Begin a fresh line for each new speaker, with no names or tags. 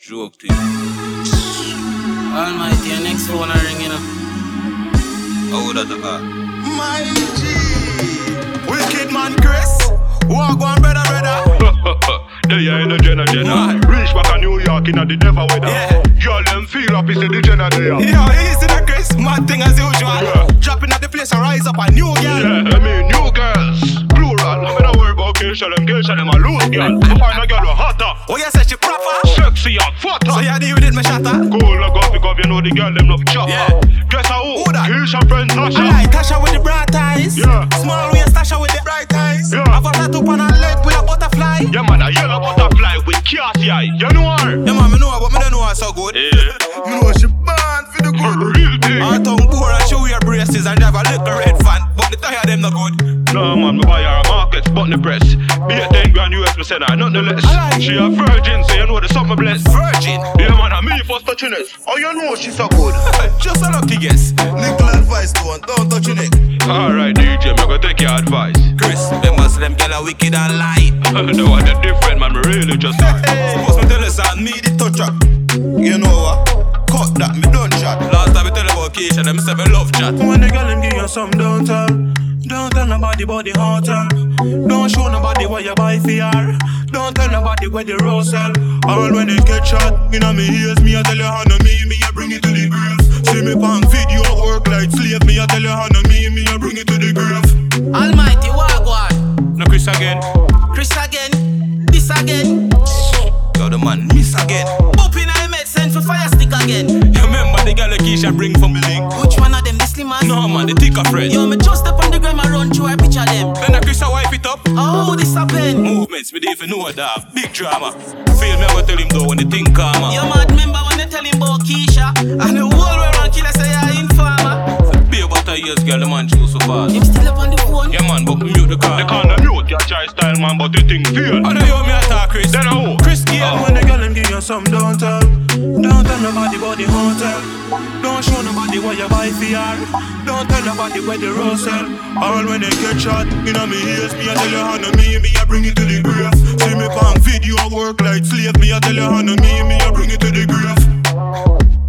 Joke to you.
Almighty, your next phone are ringing up.
How would that are?
My G. Wicked man Chris. Walk one brother, brother.
They are in the Jenna Jenna. Reach back to New York in a the devil weather.
Yeah.
Girl, them feel up, it's the Jenna there.
Yo, you see that Chris? Mad thing as usual. Dropping at the place and rise up a new girl.
Yeah, I mean, new girls, plural. I mean, I worry about Keisha, them Keisha, them a loose girl. I find a girl who hotter,
Oh, you say she proper?
sexy and
So
fatter.
you deal with it, my shatter.
Cool, I go pick up, you know the girl, them love chopper.
Yeah.
Guess who?
Who that?
Keisha friend Tasha.
Alright, Tasha with the bright eyes.
Yeah.
Small waist, Tasha with the bright eyes.
Yeah.
Have a tattoo on her leg with a butterfly.
Yeah, man, a yellow butterfly with catty eye. You know her?
Yeah, man, me know her, but me don't know her so good.
Yeah.
Me know she born for the
A
good.
real
Her
thing.
tongue poor and she wear braces and drive a little red fan, but the tire them no good.
No, man, me buy her a market, spot the breast. Be a 10 grand US, me send her, not the less.
I like-
She a virgin, so you know the summer blessed.
Virgin.
Yeah, man, I me first touching it. Oh, you know she's so good.
Just a lucky guess. Little advice to one, don't touch your neck.
Alright, DJ, me go take your advice.
Chris, remember them girl are wicked and lie.
no, I did different, man, me really just.
Suppose me tell you something, me the touch up. You know what? Cut that, me done chat. Last time me tell you about Keisha, them say me love chat.
When the girl them give you some, don't tell. Don't tell nobody about the hot her. Don't show nobody what you buy for her. Don't tell nobody where the rose sell. Alright, when it get shot, you know me ears, me I tell you how no me, me I bring it to the grave. See me pan video work like slave, me I tell you how no me, me I bring it to the grave.
Almighty, Wagwan.
No Chris again.
Chris again. This again.
Yo, the man miss again.
Popping I made send for fire stick again.
You remember the girl Keisha bring from the link?
Which one of them, the slimmers?
No Oh, man, the thicker friend.
Yo, me just step on the gram and run through a picture them.
Then I Chris a wipe it up.
Oh, this happen.
Movements, me dey even know that. Big drama. Feel me, I go tell him though when the thing come
Your
up.
mad member when they tell him about Keisha. And the whole world around killer say I informer.
Be about a years, girl, the man choose so fast.
Him still up on the phone.
Yeah, man, but me mute the car.
They call them you, get your style, man, but they think feel.
I know you me attack Chris.
Then I who?
Chris Gale.
Oh.
When the girl them give you some, don't tell. Don't tell nobody about the hotel. Don't show nobody what you buy for her. Don't tell nobody where the rose sell. Alright, when they get shot, you know me ears, me I tell you how no me, me I bring it to the grave. See me pan video work like slave, me I tell you how no me, me I bring it to the grave.